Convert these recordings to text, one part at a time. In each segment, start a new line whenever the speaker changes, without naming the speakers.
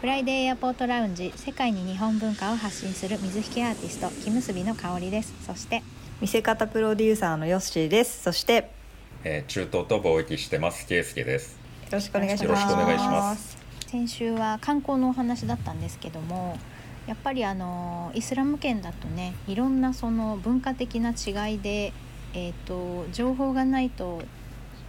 フライデーエアポートラウンジ世界に日本文化を発信する水引きアーティスト木結びの香りですそして
見せ方プロデューサーのヨッシーですそしてよ
えー中東と貿易してますケイスケです
ろしくお願いします
よろしくお願いします
先週は観光のお話だったんですけどもやっぱりあのイスラム圏だとねいろんなその文化的な違いで、えー、と情報がないと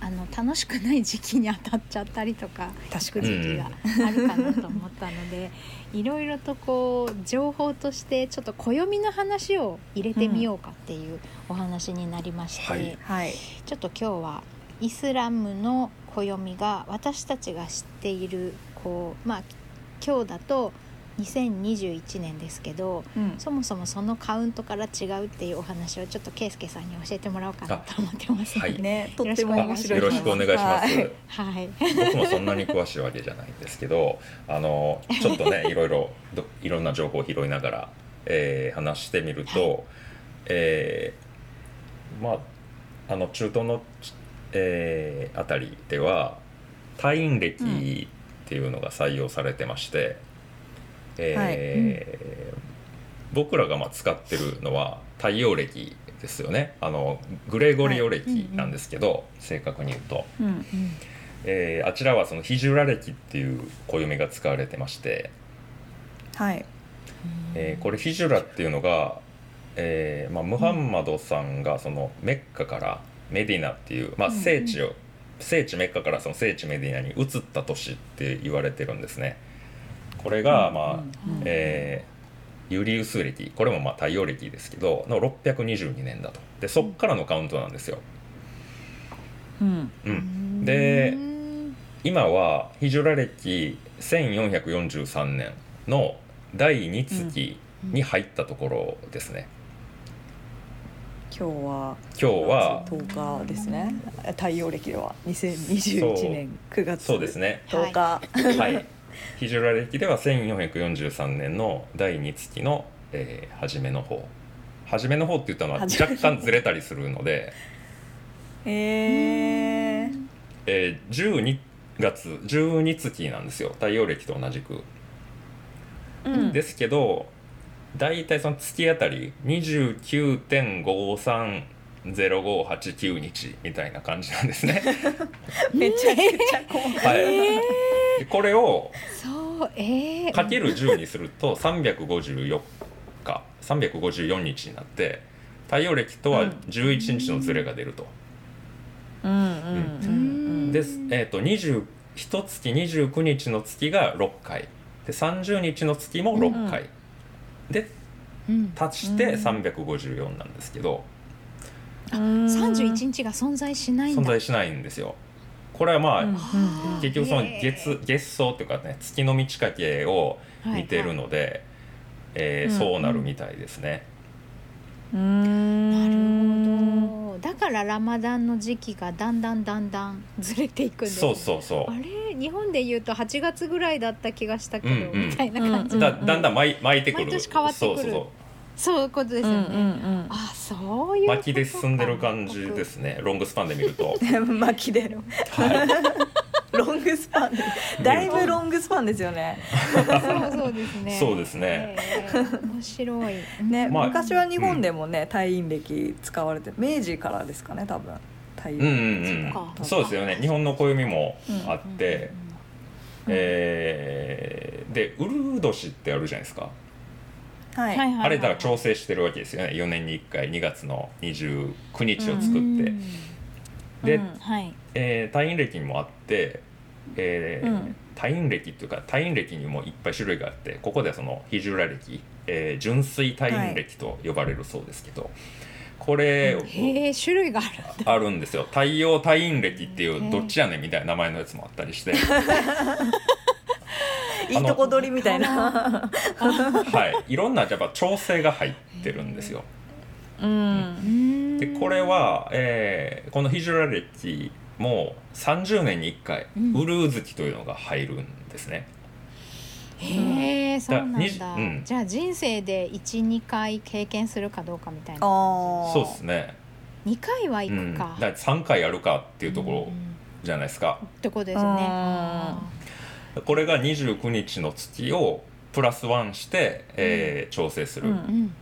あの楽しくない時期に当たっちゃったりとか
確か
時
に
期があるかなと思ったので、いろいろとこう情報としてちょっと暦の話を入れてみようかっていうお話になりまして、
はい
はい
ちょっと今日はイスラムの暦が私たちが知っているこうまあ今日だと2021年ですけど
うん
そもそもそのカウントから違うっていうお話をちょっと圭介さんに教えてもらおうかなと思ってますの
は
で
い
ねと
よろ
っ
してくお
も
願
面
いします
白
よ
いと
ろ
思
しくお願いします、
はい
はい、
僕もそんなに詳しいわけじゃないんですけどあのちょっと ねいろいろどいろんな情報を拾いながら、えー話してみると、えーまああの中東の、えーあたりでは退院歴っていうのが採用されてまして、えー僕らがまあ使ってるのは太陽暦ですよねあのグレゴリオ歴なんですけど、正確に言うと。
うん
うん
えーあちらはそのヒジュラ暦っていう暦が使われてまして、
はい
えーこれヒジュラっていうのが、えーまあ、ムハンマドさんがそのメッカからメディナっていう、まあ、
うん
聖地を、聖地メッカからその聖地メディナに移った年って言われてるんですね。これが、まあ
うん
えーユリウス暦これもまあ太陽暦ですけどの622年だとでそっからのカウントなんですよ。
うん
うん、
ん
で
うん
今はヒジュラ歴1443年の第2月に入ったところですね、
今日は
今日は
10日ですね太陽暦では2021年9月
そうですね
10日
はいヒジュラ歴では1443年の第2月の、えー初めの方初めの方って言ったのは
初め
若干ずれたりするので、
えー
えー12月12月なんですよ太陽暦と同じく
うん
ですけど大体その月あたり29.530589日みたいな感じなんですね。
めちゃくちゃ細かい
はい、でこれを
そうえー、
かける10にすると354日354日になって太陽暦とは11日のズレが出ると。
うんうんうん
ですえー、と20 1月29日の月が6回で30日の月も6回、で
うん、
足して354なんですけど。
うん
31日が存在しないん
存
だ
在しないんですよ。これはまあ、
うん
はあ
結局その
へえ
月月相というかね月の満ち欠けを見てるので、えー
うん
そうなるみたいですね。
う
はいはい
ん
なるほどだからラマダンの時期がだんだんだんだんずれていくんです、
そ
ね、
うそうそ
あれ日本で言うと8月ぐらいだった気がしたけど、
うんうん
みたいな感じ、
う。
ん
だ
うん
だんだん巻い巻いてくる。
毎年変わってくる
そうそうそう。
そういうことです
う
よ
ん
ね、
うん
あそういうことか
巻きで進んでる感じですね。ロングスパンで見 ると。
うん巻きで
はい。
ロングスパンでだいぶロングスパンですよね
そうそうですね
そうですね
えー面白い
ね、
まあ
昔は日本でもね、退院歴使われて明治からですかね多分退院
うんう
歴、
ん
そっ
うん。
か
そうですよね。日本の暦もあって、
うん
えーでウルー年ってあるじゃないですか。
は
は
い、
いはいはい
あれだから調整してるわけですよね4年に1回2月の29日を作
う
って、
ん
で、
うん
はい
えー退院歴もあって、えー
うん
退院歴っていうか退院歴にもいっぱい種類があってここではその非従来歴、えー純粋退院歴と呼ばれるそうですけど、これ
へえ種類がある
あるんですよ太陽退院歴ってい
へえ
うどっちやねんみたいな名前のやつもあったり して、
いいとこ取りみたいな
はい、いろんなやっぱ調整が入ってるんですよ。
うん
でこれは、えーこのヒジュラ歴も30年に1回、
うん
ウルー月というのが入るんですね。
へえそうなん
に
だ、
うん
じゃあ人生で12回経験するかどうかみたい
あ
な
あ
そうですね、
2回は行
うん、
く
だ
か、
から3回やるかっていうとこ
う
ろ
ん
じゃないですか。
ってことですよね
うん
あ
これが29日の月をプラスワンして、えー調整する
うん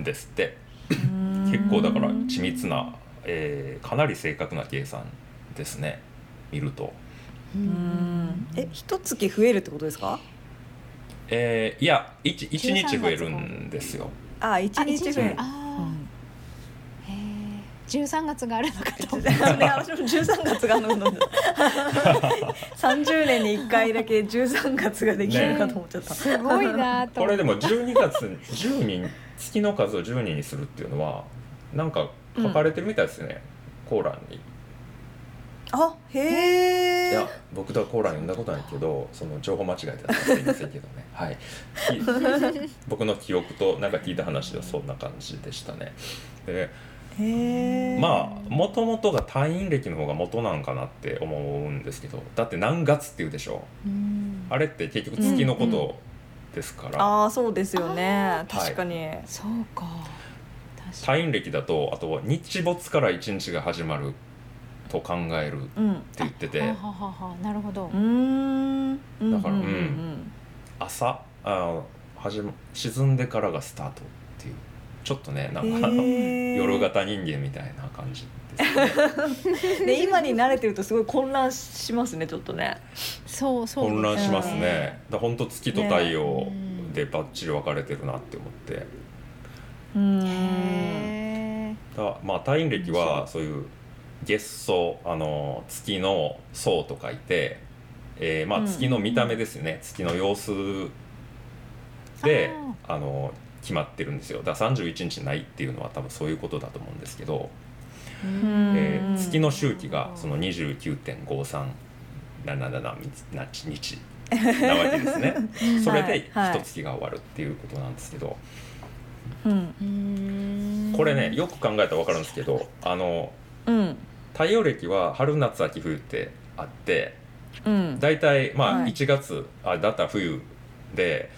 んですって、
うん
結構だから緻密な、えーかなり正確な計算ですね見ると。
う
うんんえ一月増えるってことですか
えーいや 1,
13
日増えるんですよ。
あ一
あ
日
一
増えるう
あ
ん
ー、へえ13月があるのかと思った
ね、私も13月がある ので30年に1回だけ13月ができるかと思っちゃった、
すごいなと
こ
思
れ
って
でも12月に10人月の数を10人にするっていうのはなんか書かれてるみたいですね、コーランに。
あへ
いや
え
僕とはコーラン読んだことないけどその情報間違えてたらすいませんけどねはい き僕の記憶となんか聞いた話ではそんな感じでしたねで
へえ
まあもともとが退院歴の方が元なんかなって思うんですけどだって何月っていうでしょ
うん
あれって結局月のことですから、
ああそうですよね
あ
ー
確かに、
そうか確か
退院歴だとあとは日没から一日が始まると考えるって
うん
言って
に
て
ははははなるほど
うーんうん
だから
うん
うん朝あ始ま沈んでからがスタートっていうちょっとねな
うんん
かあの
へー
夜型人間みたいな感じですね
で今に慣れてるとすごい混乱しますねちょっとね
そうそうです
混
ね
乱しますねだ本当月と太陽
ね
でバッチリ分かれてるなって思って
うーん
へえ
だまあ退院歴はそういう月相あの月の相と書いて、えーま
う
あ、
ん
月の見た目ですね、月の様子であの決まってるんですよだから31日ないっていうのは多分そういうことだと思うんですけど、
う
うん
ん
えー月の周期がその29.5377日日なわけで すねそれで
はいはい
一月が終わるっていうことなんですけど、
うん
うん
これねよく考えたら分かるんですけどあの
うん
太陽暦は春夏秋冬ってあって
うん
大体まあ
はい
1月、あだったら冬で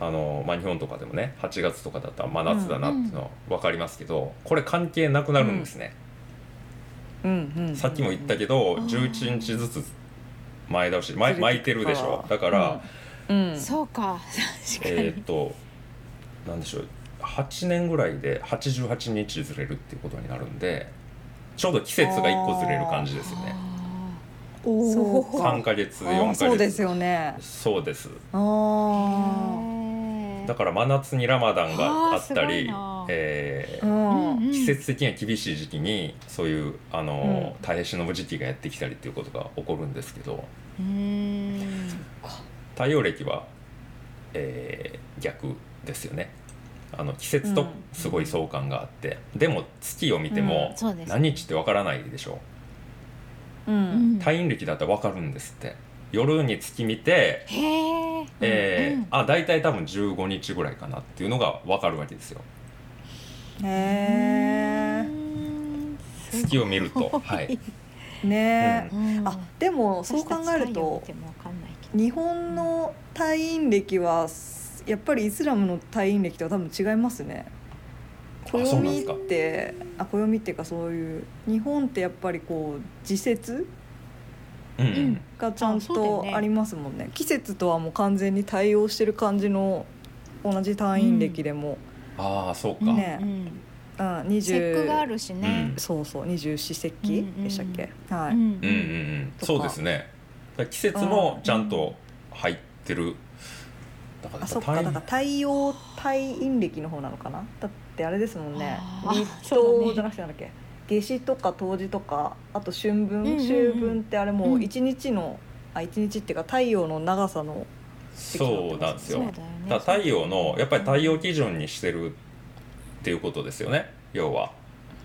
あの、まあ、日本とかでもね8月とかだったら真夏だなっていうのは分かりますけど、これ関係なくなるんですね。
うんうん
さっきも言ったけど
うん
11日ずつ前倒し
ずれ
巻
て
い巻いてるでしょ
あー
だから、
うんうん
そうか確か
えー
に
っとなんでしょう8年ぐらいで88日ずれるっていうことになるんでちょうど季節が1個ずれる感じですよね
あ
おー
そう
3ヶ月4ヶ
あー
月
そうですよね
そうです
ー
あ
へー
だから真夏にラマダンがあった
あーすごい
り
な、
え
あう
ー
ん
うんうん
季節的には厳しい時期にそういうあの、
う
耐え忍ぶ時期がやってきたりっていうことが起こるんですけど
うーん
太陽暦は、えー逆ですよねあの季節
う
と
ん
すごい相関があって、でも月を見ても
うん
そうです
何日ってわからないでしょ、
う
うんん
退院歴だったらわかるんですって夜に月見て、
へえ
えー
うん
あ大体多分15日ぐらいかなっていうのがわかるわけですよ
へ
うんすごい
月を見るとはい
えねえ、
うん
あでもそう考える
私
と
たち太陽見てもわかんないけど
日本の退院歴はやっぱりイスラムの退院歴とは多分違いますね
あそうなんで
暦
すか
ってあ暦っていうかそういう日本ってやっぱりこう時節
うん う
うん
ん
がちゃん
あそうだよ
と
ね
ありますもんね季節とはもう完全に対応してる感じの同じ退院歴でも、
ああそうか、
ね
うん
うん
節句があ
20
るしね
そうそう二十四節気でしたっけ、はい、
うん
うんうんうん
とか
そうですねだから季節もちゃんと入ってるだから
あそっかだか
退院
ら太陽退院暦の方なのかなだってあれですもんね
あー
立
そうだ
冬
ね
じゃなくてなんだっけ夏至とか冬至とかあと春分、
んうんうん
秋分ってあれも
う
うん一日の、あ一日っていうか太陽の長さの
そうなんです
そう
よ
だよ
だ
ね
から太陽のやっぱり太陽基準にしてるっていうことですよね要は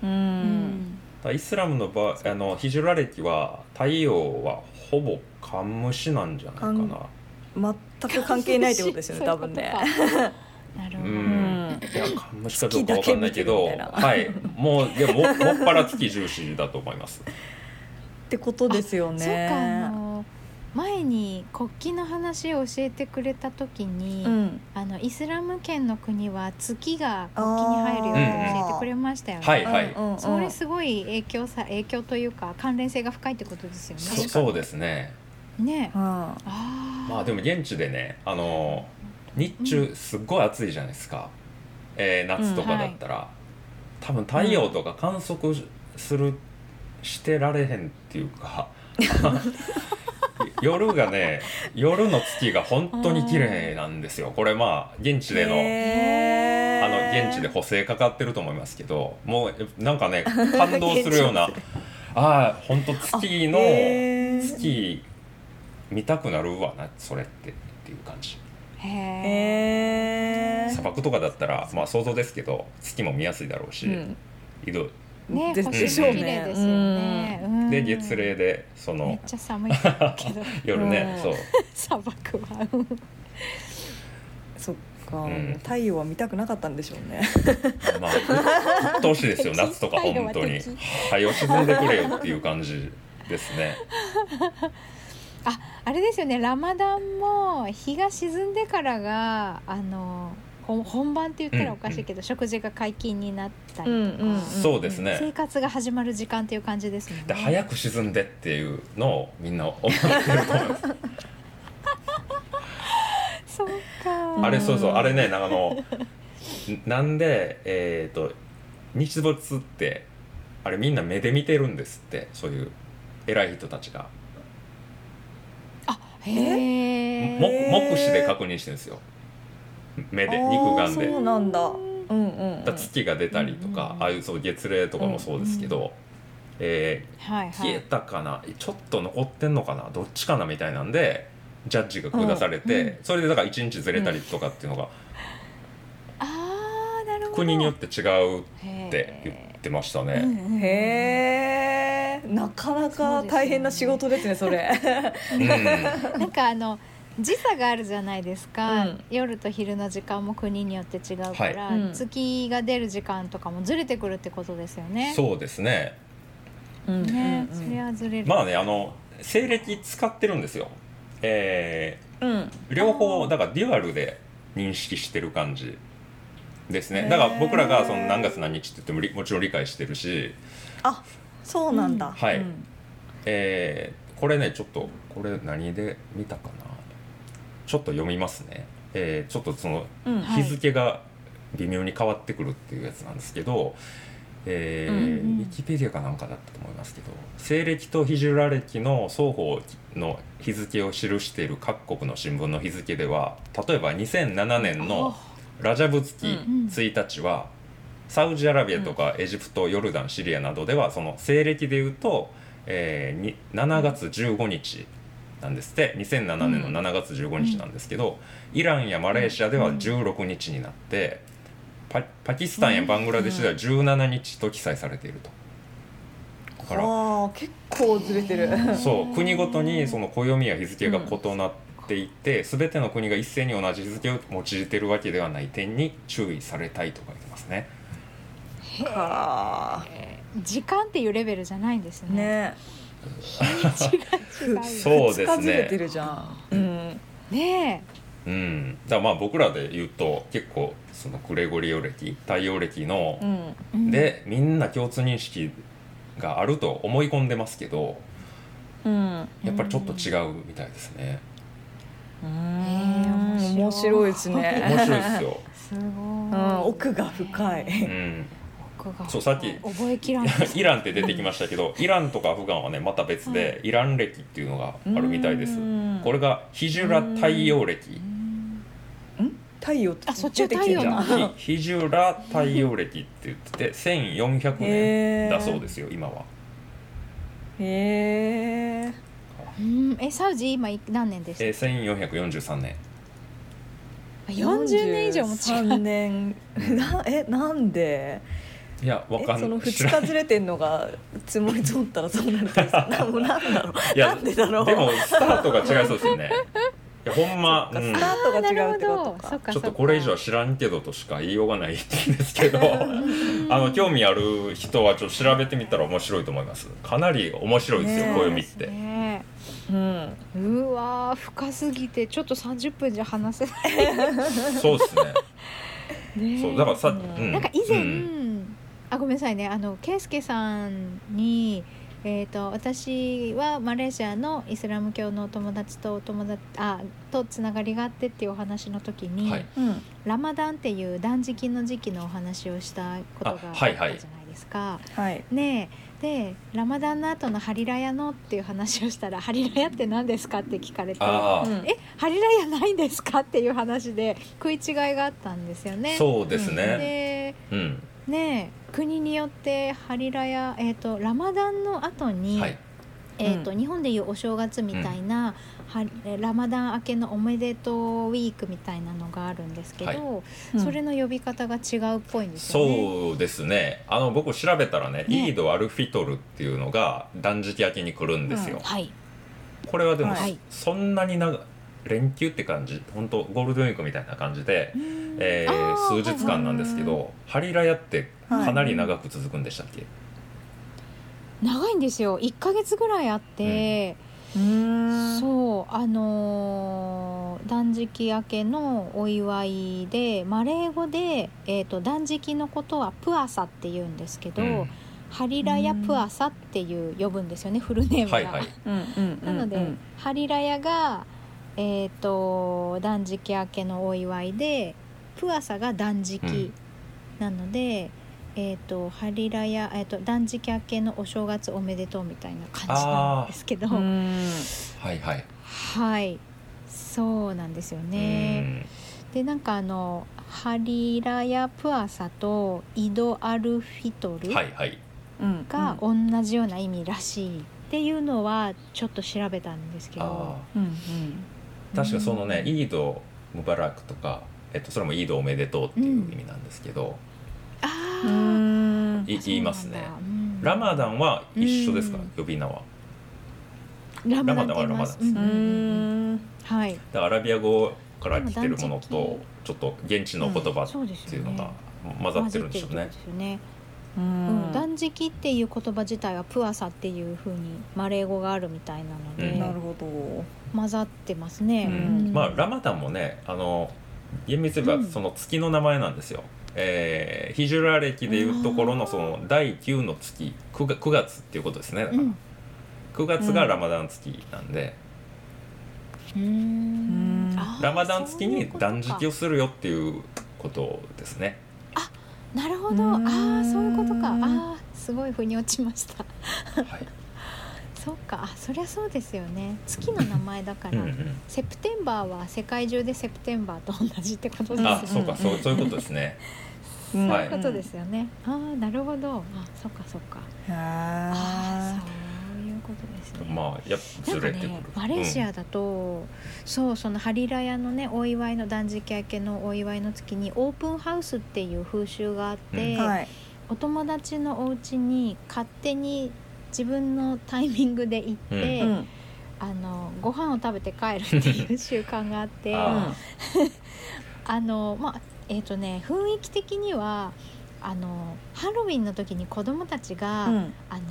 うん
うん
だからイスラムの場あのヒジュラ歴は太陽はほぼ寒虫なんじゃないか
寒
な
全く関係ないってことですよね多分ね。
そういうことかなる
う
ほど
んいや寒虫かど
月
うか
だ
わ
け
かんないけど
見てるみたいな
はいもうでももっぱら月重視だと思います
ってことですよ
そうかあ
ね。
の前に国旗の話を教えてくれた時に、
うん、
あのイスラム圏の国は月が国旗に入るように教えてくれましたよね。
はいは い
うんうんうん
それすごい影響さ影響というか関連性が深いってことですよね。
そそうですね
ね
う
あ
ん
あ
まあでも現地でねあの日中すっごい暑いじゃないですか、えー夏とかだったら、多分太陽とか観測するしてられへんっていうか 夜がね夜の月が本当に綺麗なんですよこれまあ現地での。あの
へー
現地で補正かかってると思いますけどもうなんかね感動するよ うなああ本当月の
へー
月見たくなるわなそれってっていう感じ
へえ
へー
砂漠とかだったらまあ想像ですけど月も見やすいだろうし、
うん
移動
ね
で
星
でしょう
も
ね
綺麗ですよね、うん
で月齢でそ
めっ
の
ちゃ寒いけど
夜ね、
うん
そう
砂漠はうん
そっか、
うん
太陽は見たくなかったんでしょうね
まあうっとうしいですよ夏とか本当に
敵
早よ沈んでくれよっていう感じですね
ああれですよねラマダンも日が沈んでからがあのほん本番って言ったらおかしいけど、食事が解禁になったりとか、
うん
そうですね、
生活が始まる時間っていう感じですもんね。
で早く沈んでっていうのをみんな思ってると思います
そうか
あれそうそうあれねあの なんでえっ、と日没ってあれみんな目で見てるんですってそういう偉い人たちが、
へ
も
え
目視で確認してるんですよ目で肉眼
あー
で
そうなんだうんうん
だから月が出たりと
うんう
か
ん、うん
ああいうそう月齢とかもそうですけど、え
はい
ー
は
消え
い
たかなちょっと残ってんのかなどっちかなみたいなんでジャッジが下されて、
うんうん
それでだから1日ずれたりとかっていうのが
あーなるほど
国によってて違うっ
って
言ってました
うん
ね。
うんうん
へえなかなか大変な仕事ですねそれ
うん
なんかあの時差があるじゃないですか、
うん
夜と昼の時間も国によって違うから、
はいうん
月が出る時間とかもずれてくるってことですよね。
そうですね。
うんうん
ね、
うん
それはずれる。
まあねあの西暦使ってるんですよ。え
うん
ー両方だからデュアルで認識してる感じです
へ
ね。
ー
だから僕らがその何月何日って言ってもりもちろん理解してるし、
あそうなんだ、
うん
はい
うん
えーこれねちょっとこれ何で見たかな。ちょっと読みますね。えーちょっとその
うん
はい
日付が微妙に変わってくるっていうやつなんですけど、えー
うんうん
ウィキペディアかなんかだったと思いますけど西暦とヒジュラ暦の双方の日付を記している各国の新聞の日付では例えば2007年のラジャブ月
うん
1日は、サウジアラビアとかエジプトヨルダンシリアなどではその西暦でいうと、えーに7月15日なんですって2007年の7月15日なんですけど、イランやマレーシアでは16日になって、パパキスタンやバングラデシュでは17日と記載されていると。だから
ああ結構ずれてる
そう国ごとにその暦や日付が異なっていて、全ての国が一斉に同じ日付を用いてるわけではない点に注意されたいと書いてますね。
か
時間っていうレベルじゃないんです
ー
ね。
ね
違う
そうで
二
すね
日ずれてるじゃん、うん、
ね
うん、だからまあ僕らで言うと結構そのグレゴリオ暦太陽暦の
う、ん、
えうん。
でみんな共通認識があると思い込んでますけど
うん
やっぱりちょっと違うみたいですね。
うー
ねえ
ん
面白
面白
い
いです
面
ね。
白いですよ、
すご
う
い。
ん、奥が深
う
い。
ん、
奥が深い。
そうさっき
覚えきらない。
イランって出てきましたけどイランとかアフガンはねまた別で、イラン暦っていうのがあるみたいです。これ
れ、
がヒジュラ太陽暦
うん
太陽て
あそっちは太
じ
陽
ゃ
な
あひヒジュラ太陽暦って言ってて1400年
へえ。。
だそうですすよ今は。
へえ。
うんえサウジ今い何年でした
えー、1443年
あ40年以上も違う
3年。 なえなんで？
いやわ
え
かん
その
知
二
ら
日ずれてんのが積もり積もったらそうなるって さ。なもうなんだろう。
いや
なんでだろう。
でもスタートが違いそうですよねいやほんま、
そっか
うん
スタ
あー
ートが違うってこ
なるほ
と
ど
か
そっか
ちょっとこれ以上
そっ
は
か
知らんけどとしか言いようがないんですけどあの興味ある人はちょっと調べてみたら面白いと思いますかなり面白いですよ、
ねえ
暦って、
ね
うん。
うわー深すぎてちょっと30分じゃ話せない
そうですね
ね
そうだからさ、
うん
うん
なんか以前、
うん
あごめんなさいねあの圭介さんにえー、と私はマレーシアのイスラム教の友達と友達あとつながりがあってっていうお話の時に、
はい
うん
ラマダンっていう断食の時期のお話をしたことがあった
あ
じ
は
ゃ
いは
ないいですか。
はい
ねえでラマダンの後のハリラヤのっていう話をしたら「ハリラヤって何ですか?」って聞かれて「
ああ、
うん
えハリラヤないんですか?」っていう話で食い違いがあったんですよね。
そうですね。
で
うん、
ねえ国によってハリラヤ、えー、とラマダンの後に、
はい、
えーと
う
日本でいうお正月みたいな、はラマダン明けのおめでとうウィークみたいなのがあるんですけど、それの呼び方が違うっぽいんですよね。
そうですね。あの僕調べたらね、
ね
イードアルフィトルっていうのが断食明けに来るんですよ。
はい、
これはでも、
はい
そんなに長い連休って感じ、本当ゴールデンウィークみたいな感じで、え
あ
ー、
ー
数日間なんですけど、ハリラヤって
はい
かなり長く続くんでしたっけ？
長いんですよ1ヶ月ぐらいあって、
うーん
そうあのー断食明けのお祝いでマレー語で、えー、と断食のことはプアサって言うんですけど、
うん
ハリラヤプアサっていう呼ぶんですよねフルネームが。
はいはい。
うんうんうんう
なんので、ハリラヤが、えー、と断食明けのお祝いでプアサが断食なので、えー、とハリラヤ、えー、と断食明けのお正月おめでとうみたいな感じなんですけど、
うーん
はいはい。
はいそうなんですよ
う
ね。
ん
でなんかあのハリラヤプアサとイドアルフィトル
はいはい。
うん
が同じような意味らしいっていうのはちょっと調べたんですけど
あ。
うん
あ、確かそのね、
うん
イードムバラクとか、えっとそれもイードおめでとうっていう意味なんですけど、
あ
う
ー
んうーん
い言いますね。ラ
ラ
マダンは一緒ですか
うん？
呼び名は。
ラマ
マ
ダ
ダ
ンって
ンは
言います。
ラ
う
う
マダン
んうんうん
ーん
はい。
だからアラビア語から来てる
で
もの
も
とちょっと現地の言葉
そうで
っ
す
てい
よ
うの
ね
が。混ざってるんでしょう
混
ね
じってるってことで。すよね。
う
うん、
ん
断食っていう言葉自体はプアサっていう風にマレー語があるみたいなの
う
で
ん
なるほど
混ざってますね。
うん
うん
まあラマダンもねあの厳密に言え
うん
ばその月の名前なんですよ、えーヒジュラ暦でいうところのその第9の月 9, が9月っていうことですねだか
う
ら、
ん。
9月がラマダン月なんで、
うーん
うん
あー
ラマダン月
そういう
に
ことか
断食をするよっていうことですね
なるほど。
う
あ
ん
あそういうことか。ああすごい腑に落ちました。
はい、
そうか。あそりゃそうですよね。月の名前だか
うん
ら。
う
セプテンバーは世界中でセプテンバーと同じってことです
ん、
よね。
あそうかそうそういうことですね
うん
そう
はいいう
ことですよね。ああ、なるほど。あ、そっかそっか。あ
あ
あ、そういうことですね。
まあやっ
な
ぱず
んか
れてくる、
ね、マレーシ
うん
アだと、そうそのハリラヤのねお祝いの断食明けのお祝いの月にオープンハウスっていう風習があって、
う
ーはい
お友達のお家に勝手に自分のタイミングで行って、
うんうん
あのご飯を食べて帰るっていう習慣があって
あー
あのまあえっ、とね雰囲気的にはあのハロウィンの時に子供たちが、
うん
あの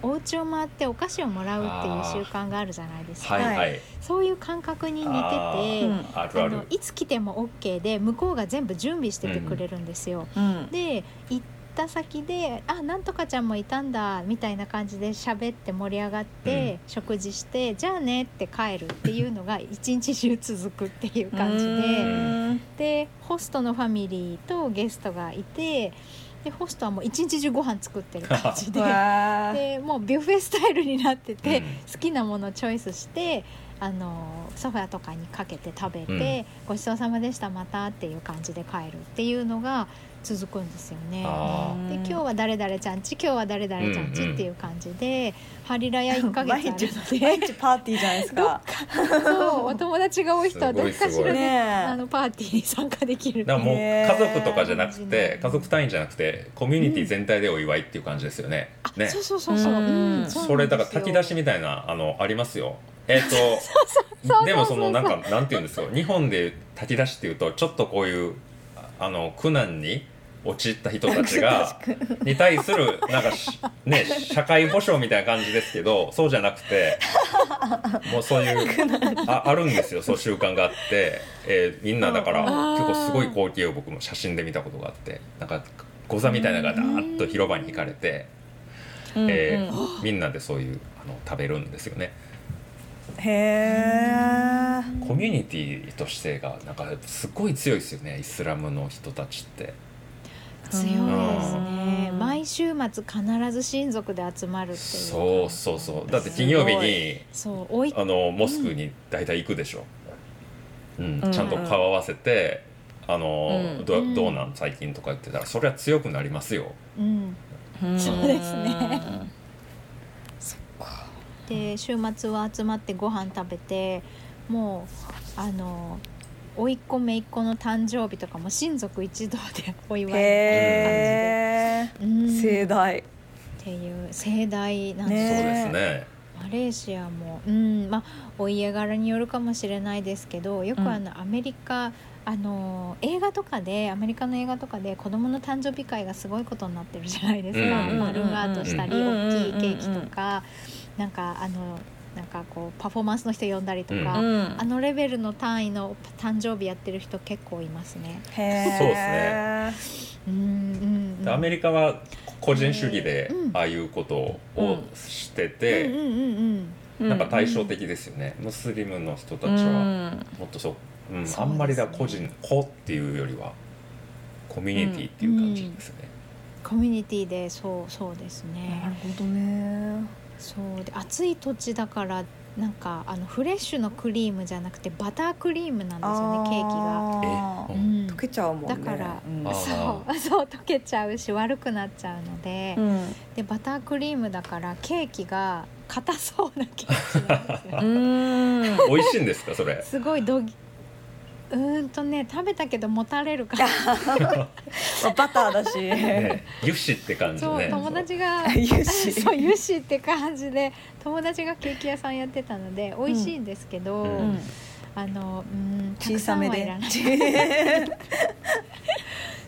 お家を回ってお菓子をもらうっていう習慣があるじゃないですか、
はいはい、
そういう感覚に似てて
あ
あ、
ー
うん
あるある
のいつ来ても OK で向こうが全部準備しててくれるんですよ。
うん
で行った先で「あなんとかちゃんもいたんだ」みたいな感じで喋って盛り上がって、食事して「じゃあね」って帰るっていうのが一日中続くっていう感じで。
うん
でホストのファミリーとゲストがいてでホストはもう一日中ご飯作ってる感じで
わー
でもうビュッフェスタイルになってて、
うん
好きなものをチョイスしてあのソファーとかにかけて食べて、ごちそうさまでしたまたっていう感じで帰るっていうのが続くんですよね。
あ
で今日は誰々ちゃんち今日は誰々ちゃんちっていう感じで、ハリラヤ1ヶ月あるの
毎
で
日パーティーじゃないですか。
そうお友達が多い人はどっかし
すご
ら
い
ねあ
ね
のパーティーに参加できる
だからもう
へ
家
ー
族とかじゃなくて
うん
家族単位じゃなくてコミュニティ全体でお祝いっていう感じですよね。
あ
ね
そうそうそうそう、
うん
うんう
それだから炊き出しみたいなあのありますよ。えっ、 とでもそのなんかなんて言うんですか日本で炊き出しっていうとちょっとこういうああの苦難に陥った人た ちがに対するなんかしね社会保障みたいな感じですけどそうじゃなくてもうそういうああるんですよそう習慣があって、えーみんなだから
うん
あー
結構すごい光景を僕も写真で見たことがあってなんかゴザみたいなのがダーッと広場に引かれて。
うん
え
うん
ーみんなでそういうあの食べるんですよね。
へえ
コミュニティとしてがなんかすごい強いですよねイスラムの人たちって。
強いですね
うん
毎週末必ず親族で集まるっていう
そうそうそうだって金曜日に
そうおい
あのモスクに大体行くでしょ、うん
うん
ちゃんと顔合わせて「あの
うん
ど
うん
どうなん最近」とか言ってたらそれは強くなりますよ。
うん
そう
ですね
そっか
で週末は集まってご飯食べてもうあの甥っ子姪っ子の誕生日とかも親族一同でお祝いって
へえ
感じで、うん、
盛大
っていう盛大なん
そう
ですよ、
ね
ですね。
マレーシアも、うんまあ、お家柄によるかもしれないですけどよく
うん
あの、アメリカあの映画とかでアメリカの映画とかで子どもの誕生日会がすごいことになってるじゃないですか、
うんうんうんうん
丸々としたり
うんうんうん
大きいケーキとか、なんかあのなんかこうパフォーマンスの人呼んだりとか、
うん
あのレベルの単位の誕生日やってる人結構いますね。
へえ
そう
ですね
うんうんうん、
アメリカは個人主義で
うん
ああいうことをして
うんう
て、
んうんうん
なんか対照的ですよね、ムスリムの人たちはもっとそう,、う
そう
ん
ですね
あんまりだ個人個っていうよりはコミュニティっていう感じですね。
コミュニティでそうそうですね。
なるほどね
そうで暑い土地だからなんかあのフレッシュのクリームじゃなくてバタークリームなんですよねケーキが。
あー
え
うん
溶けちゃうもんね
だから
うん
あー
そうそう溶けちゃうし悪くなっちゃうので,、
うん。
でバタークリームだからケーキが硬そうなケーキなんですよ
うん
美味しいんですかそ れ
すごいどぎうーんとね食べたけどもたれるから
まあバターだし、
ね油脂って感じ
そう
ね
友達が
油脂
そう油脂って感じで友達がケーキ屋さんやってたので美味しいんですけど、
うん
うん
あのうんた
小
くさ
さ
ん
め
はい
で
らない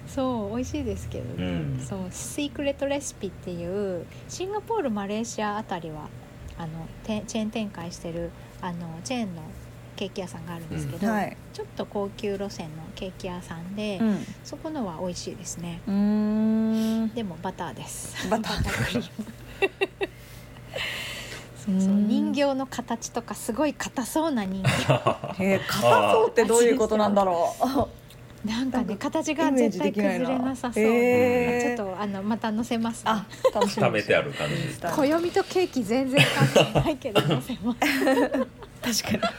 そう美味しいですけどね、
うん
そうシークレットレシピっていうシンガポールマレーシアあたりはあのてチェーン展開してるあのチェーンのケーキ屋さんがあるんですけど、
はい
ちょっと高級路線のケーキ屋さんで、
うん
そこのは美味しいですね
うーん
でもバターです
バター
クリームそうそう人形の形とかすごい硬そうな人 形
えー、硬そうってどういうことなんだろう。
なんか
な
ね
んか
形が
イメージ
絶対
できないな
崩れなさそう、
へー
ちょっとあのまた載せます、ね
あ、楽しみ
食
に
べ
して
ある感じ
インス タ
暦とケーキ全然関係ないけど載せます
確か
ね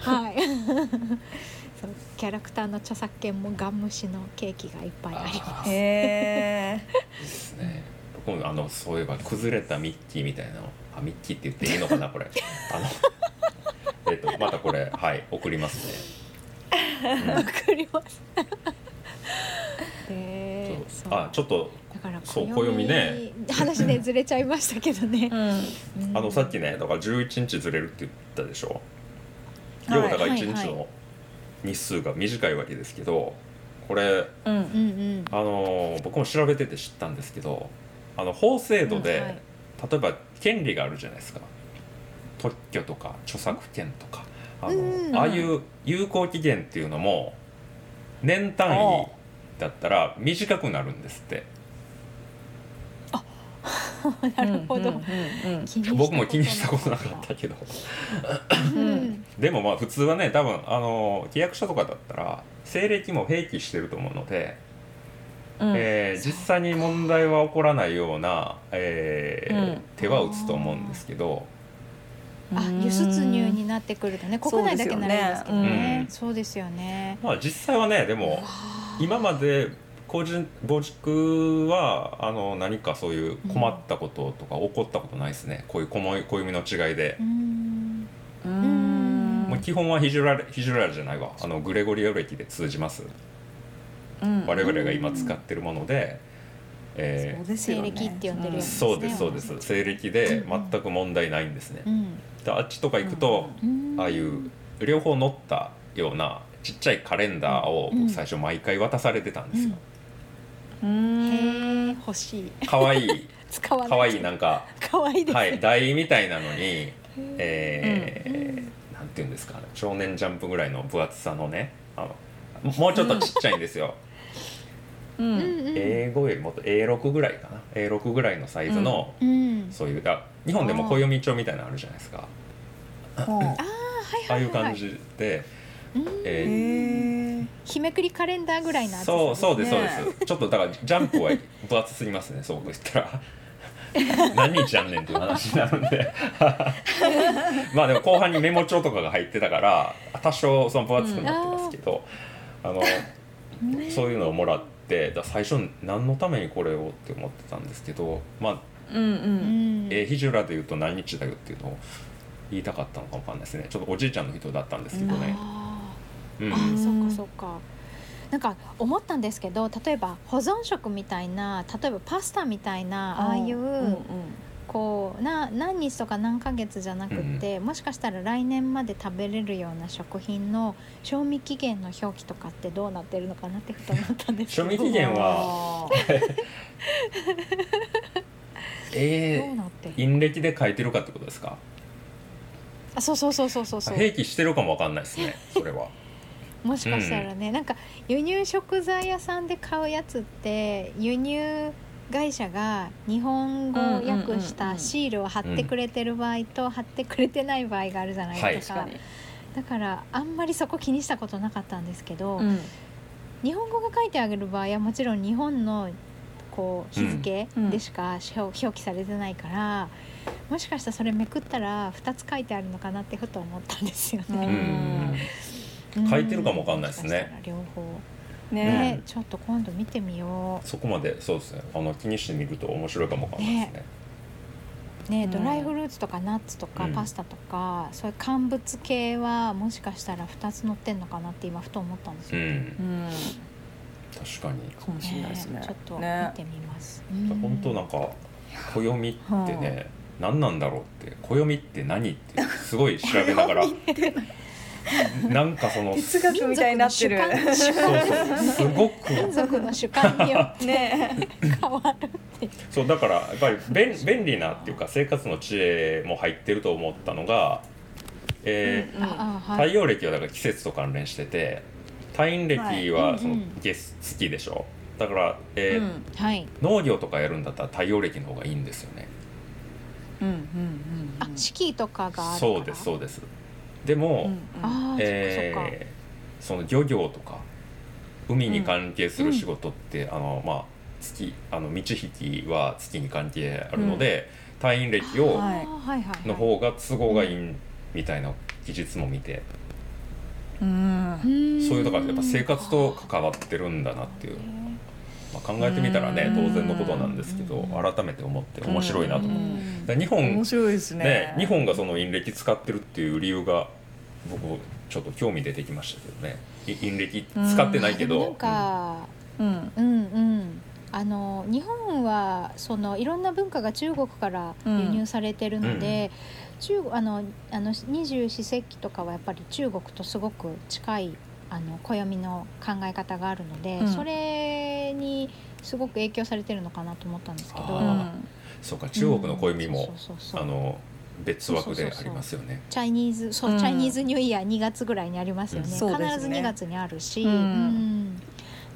はい そうキャラクターの著作権もガン虫のケーキがいっぱいありま
あ
す
に。へえ
ですね僕もあのそういえば崩れたミッキーみたいなのあミッキーって言っていいのかなこれあのえっとまたこれはい送ります
わ
ね、
かり ますで
うん
そ
そううあちょっと
だから
そう暦ね
話ねずれちゃいましたけどね
ー。うん。
あのさっきねだから11日ずれるって言ったでしょ、要はだから1日の日数が短いわけですけどこれ
う。
うんん
あの僕も調べてて知ったんですけどあの法制度で、
うんはい
例えば権利があるじゃないですか特許とか著作権とかあの、
うん
ああいう有効期限っていうのも年単
おう
位だったら短くなるんですって
うんなるほど、
うんうん
気にしたことなかった
僕も気にしたことなかったけど
う
う
んん
でもまあ普通はね多分あの契約書とかだったら西暦も併記してると思うの
う
で、
ん。うん
えー実際に問題は起こらないような、えー
うん
手は打つと思うんですけど。
あ輸出入。になってくるとね国内だけならいいですけどねそうですよね,、
まあ実際はねでも今まで個人母塾はあの何かそういう困ったこととか起こったことないですね、こういう小い暦の違いで
う、ん
う
うん
ん。
もう基本はヒジュラルヒジュラルじゃないわあのグレゴリオ暦で通じます
うん
我々が今使ってるもので、え
そう
ー
ですよね
西暦って呼んでるやつ
そうですそうです西暦で全く問題ないんですね
う、ん
であっちとか行くと、
うん
ああいう両方乗ったようなちっちゃいカレンダーを
うん
僕最初毎回渡されてたんですよ、
う
へえ
ん。
欲しい
可 愛い
使わない
可愛いなんか
可愛いです、
はい、台みたいなのに、えー
うん
なんていうんですかね少年ジャンプぐらいの分厚さのねあのもうちょっとちっちゃいんですよ、
うん
うんうん
英語よりもっと A6 ぐらいかな A6 ぐらいのサイズの、
うん
そういうあ日本でも暦帳みたいなのあるじゃないですか
あ
あ
あ
あ
はいいうはいは
感
い
じで、
うん
へ
え
え
日めくりカレンダーぐらいの
ー
厚さ
そうそうですそうで
ね
すちょっとだからジャンプは分厚すぎますねそう言ったら 何日やんねんっていう話になるんで まあでも後半にメモ帳とかが入ってたから多少その分厚くなってますけど、あの
ね
そういうのをもらってだ最初何のためにこれをって思ってたんですけどまあ
うんうん
ん
えー、ヒジュラで言うと何日だよっていうのを言いたかったのかもわかんないですねちょっとおじいちゃんの人だったんですけどね、
あ
うん
ーあーそっかそっかなんか思ったんですけど例えば保存食みたいな例えばパスタみたいなああいう、
うんうん
こうな何日とか何ヶ月じゃなくって、もしかしたら来年まで食べれるような食品の賞味期限の表記とかってどうなってるのかなってふと思ったんですけど
賞味期限はえ
どうなって
ー、
る
陰暦で書いてるかってことですか
あそうそうそうそうそうそう
併記してるかもわかんないですねそれは
もしかしたらね、なんか輸入食材屋さんで買うやつって輸入会社が日本語訳し
うんうんうんう
た
ん
シールを貼ってくれてる場合と貼ってくれてない場合があるじゃないです
確
か、
かに、
だからあんまりそこ気にしたことなかったんですけど、
うん
日本語が書いてあげる場合はもちろん日本のこう日付でしか表,、表記されてないからもしかしたらそれめくったら2つ書いてあるのかなってふと思ったんですよ
う
ね。
うんん
うん
書いてるかもわかんないですね
もしかしたら両方
ね
ね、ちょっと今度見てみよ
そこまでそうですねあの気にしてみると面白いかもわかんないですね
う。ね、
うん
ドライフルーツとかナッツとか
うん
パスタとか、そういう乾物系はもしかしたら二つ載ってんのかなって今ふと思ったんですよ。
うん
うん
確かに
かもしれないですね
ちょっと見
ね
てみます。
本当なんか暦ってね何なんだろうって暦って何ってすごい調べながらなんかその
哲学みたいになってる
民族の主観主観
そうそうすごく
民族の主観によって
ね
変わるっていう。
そうだからやっぱり便便利なっていうか生活の知恵も入ってると思ったのが、え
うんうん
ああ
ー
は
太
い。
陽暦はだから季節と関連してて太陰暦
はいうんう
は
ん
その月月でしょだから、えー
うん
はい。
農業とかやるんだったら太陽暦の方がいいんですよね。
うんうんうん
あ、四季とかがあるから。。
そうですそううですで
う
も、
んうん
ああ、
え
そっかそっか。
ーその漁業とか海に関係する仕事って、あのまあ月あの道引きは月に関係あるので、隊員歴を
あ
はい
ーはいはいはい。
の方が都合がいいみたいな技術も見て、
うん
ん
そういうだからやっぱ生活と関わってるんだなっていう、まあ、考えてみたらね
うん
当然のことなんですけど改めて思って面白いなと思って、
うん
だから日本
面白いですね
ね日本がその陰暦使ってるっていう理由が僕ちょっと興味出てきましたけどねい陰暦使ってないけ
でも
ど、
なんか、
うん
うんうんあの日本はそのいろんな文化が中国から輸入されてるので、中あのあの二十四節気とかはやっぱり中国とすごく近いあの暦の考え方があるので、
うん
それにすごく影響されてるのかなと思ったんですけど、
あ
う
ー
ん
そうか中国の暦
う
も
ん、そうそうそうそう
あの別枠でありますよね。
チャイニーズそう、
うん
チャイニーズニューイヤー2月ぐらいにありますよね,、
そうですね
必ず2月にあるし、
うん
うん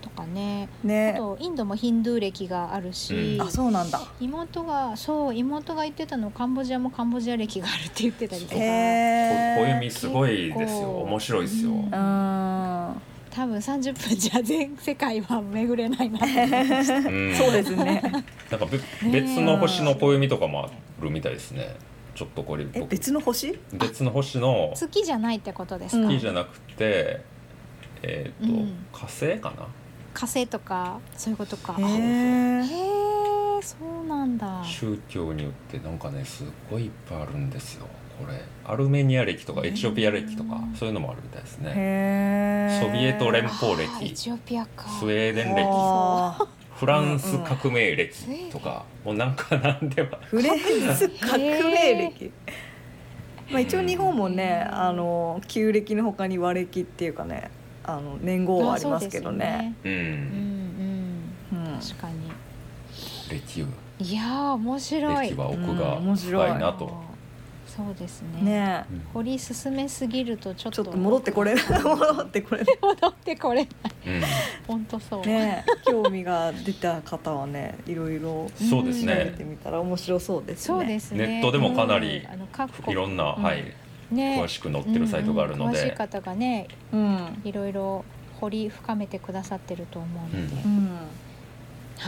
とかねあ
ね
とインドもヒンドゥー歴があるし、
うん
あそうなんだ
妹がそう妹が言ってたのカンボジアもカンボジア歴があるって言ってたりと
へ
か、
へえ
暦すごいです
結
よ
構
面白いですよ。
うん
う
多分30分じゃ全世界は巡れないなと思いました
うん
んそうですね
なんかべ別の星の暦とかもあるみたいですね。ちょっとこれ
え
僕
別の星
別の星の
月じゃないってことですか、
うん
月じゃなくて、えっ、と、
うん
火星かな。
火星とかそういうことか
へ
へえ
え
そうなんだ
宗教によってなんかねすごいいっぱいあるんですよこれアルメニア歴とかエチオピア歴とか
うん
そういうのもあるみたいですね
へえ
ソビエト連
あ
邦歴
ーエチオピアか
スウェーデン歴
あー
フランス革命歴とかもうなんかなんでも
フレンス 革命歴まあ一応日本もね
うん
あの旧暦のほかに和暦っていうかねあの年号はありますけどね
う
あそうですよねうん
ん
うん確かに
歴
いやー面白い
歴は奥が
うん面白い
深いなと
そうですね
ねえ
掘り進めすぎるとちょっ
ちょ
と
っと戻ってこれ戻ってこれ
戻ってこれ
うん
本当そう、
ねえ興味が出た方はねいろいろ
そうです
調べ
ね
てみたら面白そうですね。
そうですね
ネットでもかなり
うんあの各国
いろんな、
うん
はい、
ね
詳しく載ってるサイトがあるの
うんうん詳しい
で、
方がね
うん。
いろいろ掘り深めてくださってると思うので、
うん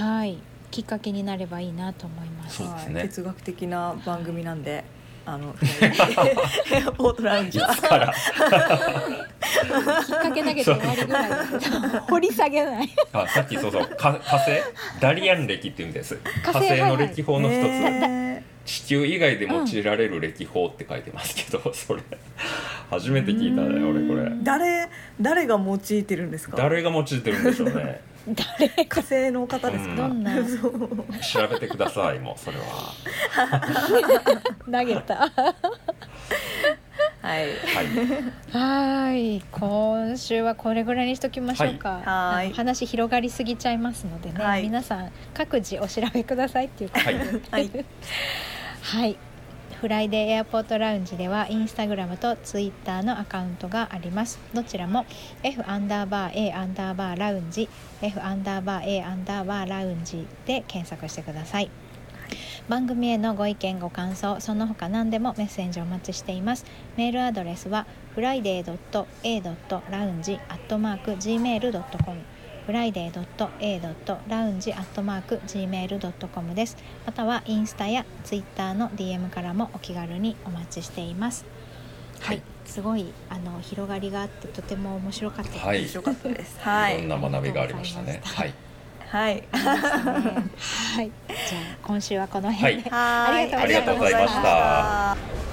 うん。
はいきっかけになればいいなと思います
そうです
は
ね
い哲学的な番組なんで、あ の ポートラウンジは。
いつから、
きっかけ投げて終わりぐらいだけど掘り下げ ない
あさっきそうそうか火星ダリアン歴っていうんです火
火
星
星
の歴法の一つ、
ね
地球以外で用いられる歴法って書いてますけど、それ初め
え
て聞いたね俺これ
誰誰が用いてるんですか。
誰が用いてるんでしょうね
誰
火星の方ですか。
う
どんな
そう
調べてくださいもうそれは
投げた
はい。
はい
はい今週はこれぐらいにしときましょうか、
はいはい
あの話広がりすぎちゃいますのでね、
はい
皆さん各自お調べくださいっていうことで
はい
はいフライデーエアポートラウンジではインスタグラムとツイッターのアカウントがありますどちらも F アンダーバー A アンダーバーラウンジ F アンダーバー A アンダーバーラウンジで検索してください番組へのご意見ご感想その他何でもメッセージお待ちしていますメールアドレスは friday.a.lounge.gmail.com friday.a.lounge.gmail.com ですまたはインスタやツイッターの DM からもお気軽にお待ちしていますはい、すごいあの広がりがあってとても面白かったです、
はい
面白かったです。はい
ろん
い
な学びがありましたね
は
はい
はい。
はい、じゃあ今週はこの辺で、
はい
はい
ありがとうございました
ありがとうございました